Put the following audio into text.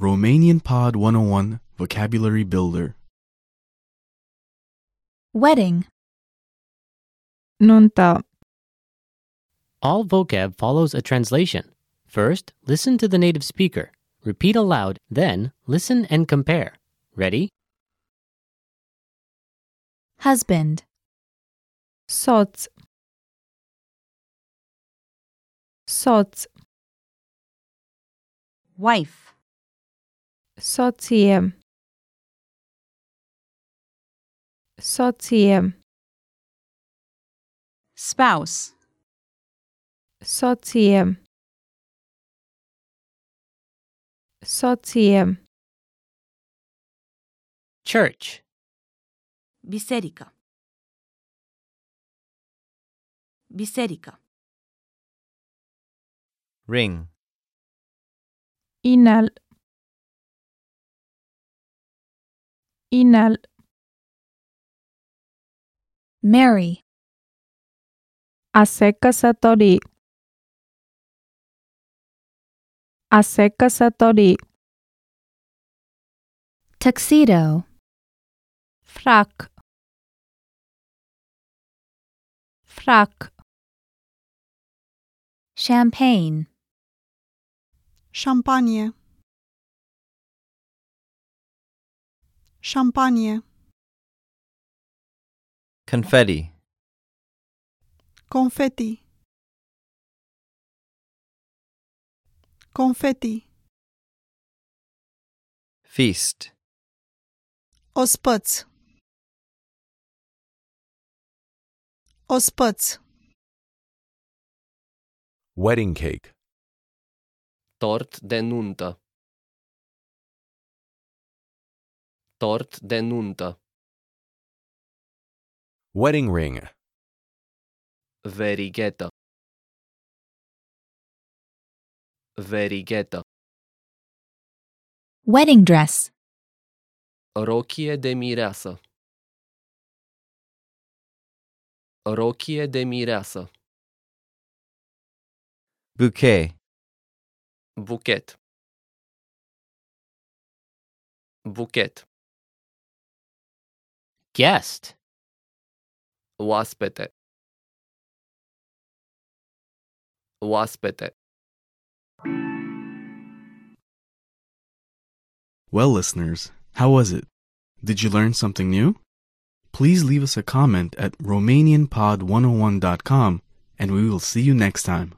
Romanian Pod 101 Vocabulary Builder. Wedding. Nunta, All vocab follows a translation. First, listen to the native speaker. Repeat aloud, then, listen and compare. Ready? Husband. soț. Soț, Wife. soție. Soție, Spouse. soție. Soție, Church. Biserică. Biserică. ring, inel. Inel, Marry. a se căsători. A se căsători. Tuxedo. Frac. Frac. Champagne. Champagne. Champagne. confetti, Confetti. Confetti. feast, Ospăț. Ospăț. Wedding cake. Tort de nuntă. Tort de nuntă. Wedding ring. Verighetă. Verighetă. Wedding dress. Rochie de mireasă. Rochie de mireasă. bouquet, Buchet. Buchet. Guest. Oaspete. Oaspete. Well, listeners, how was it? Did you learn something new? Please oh leave us a comment at RomanianPod101.com and we will see you next time.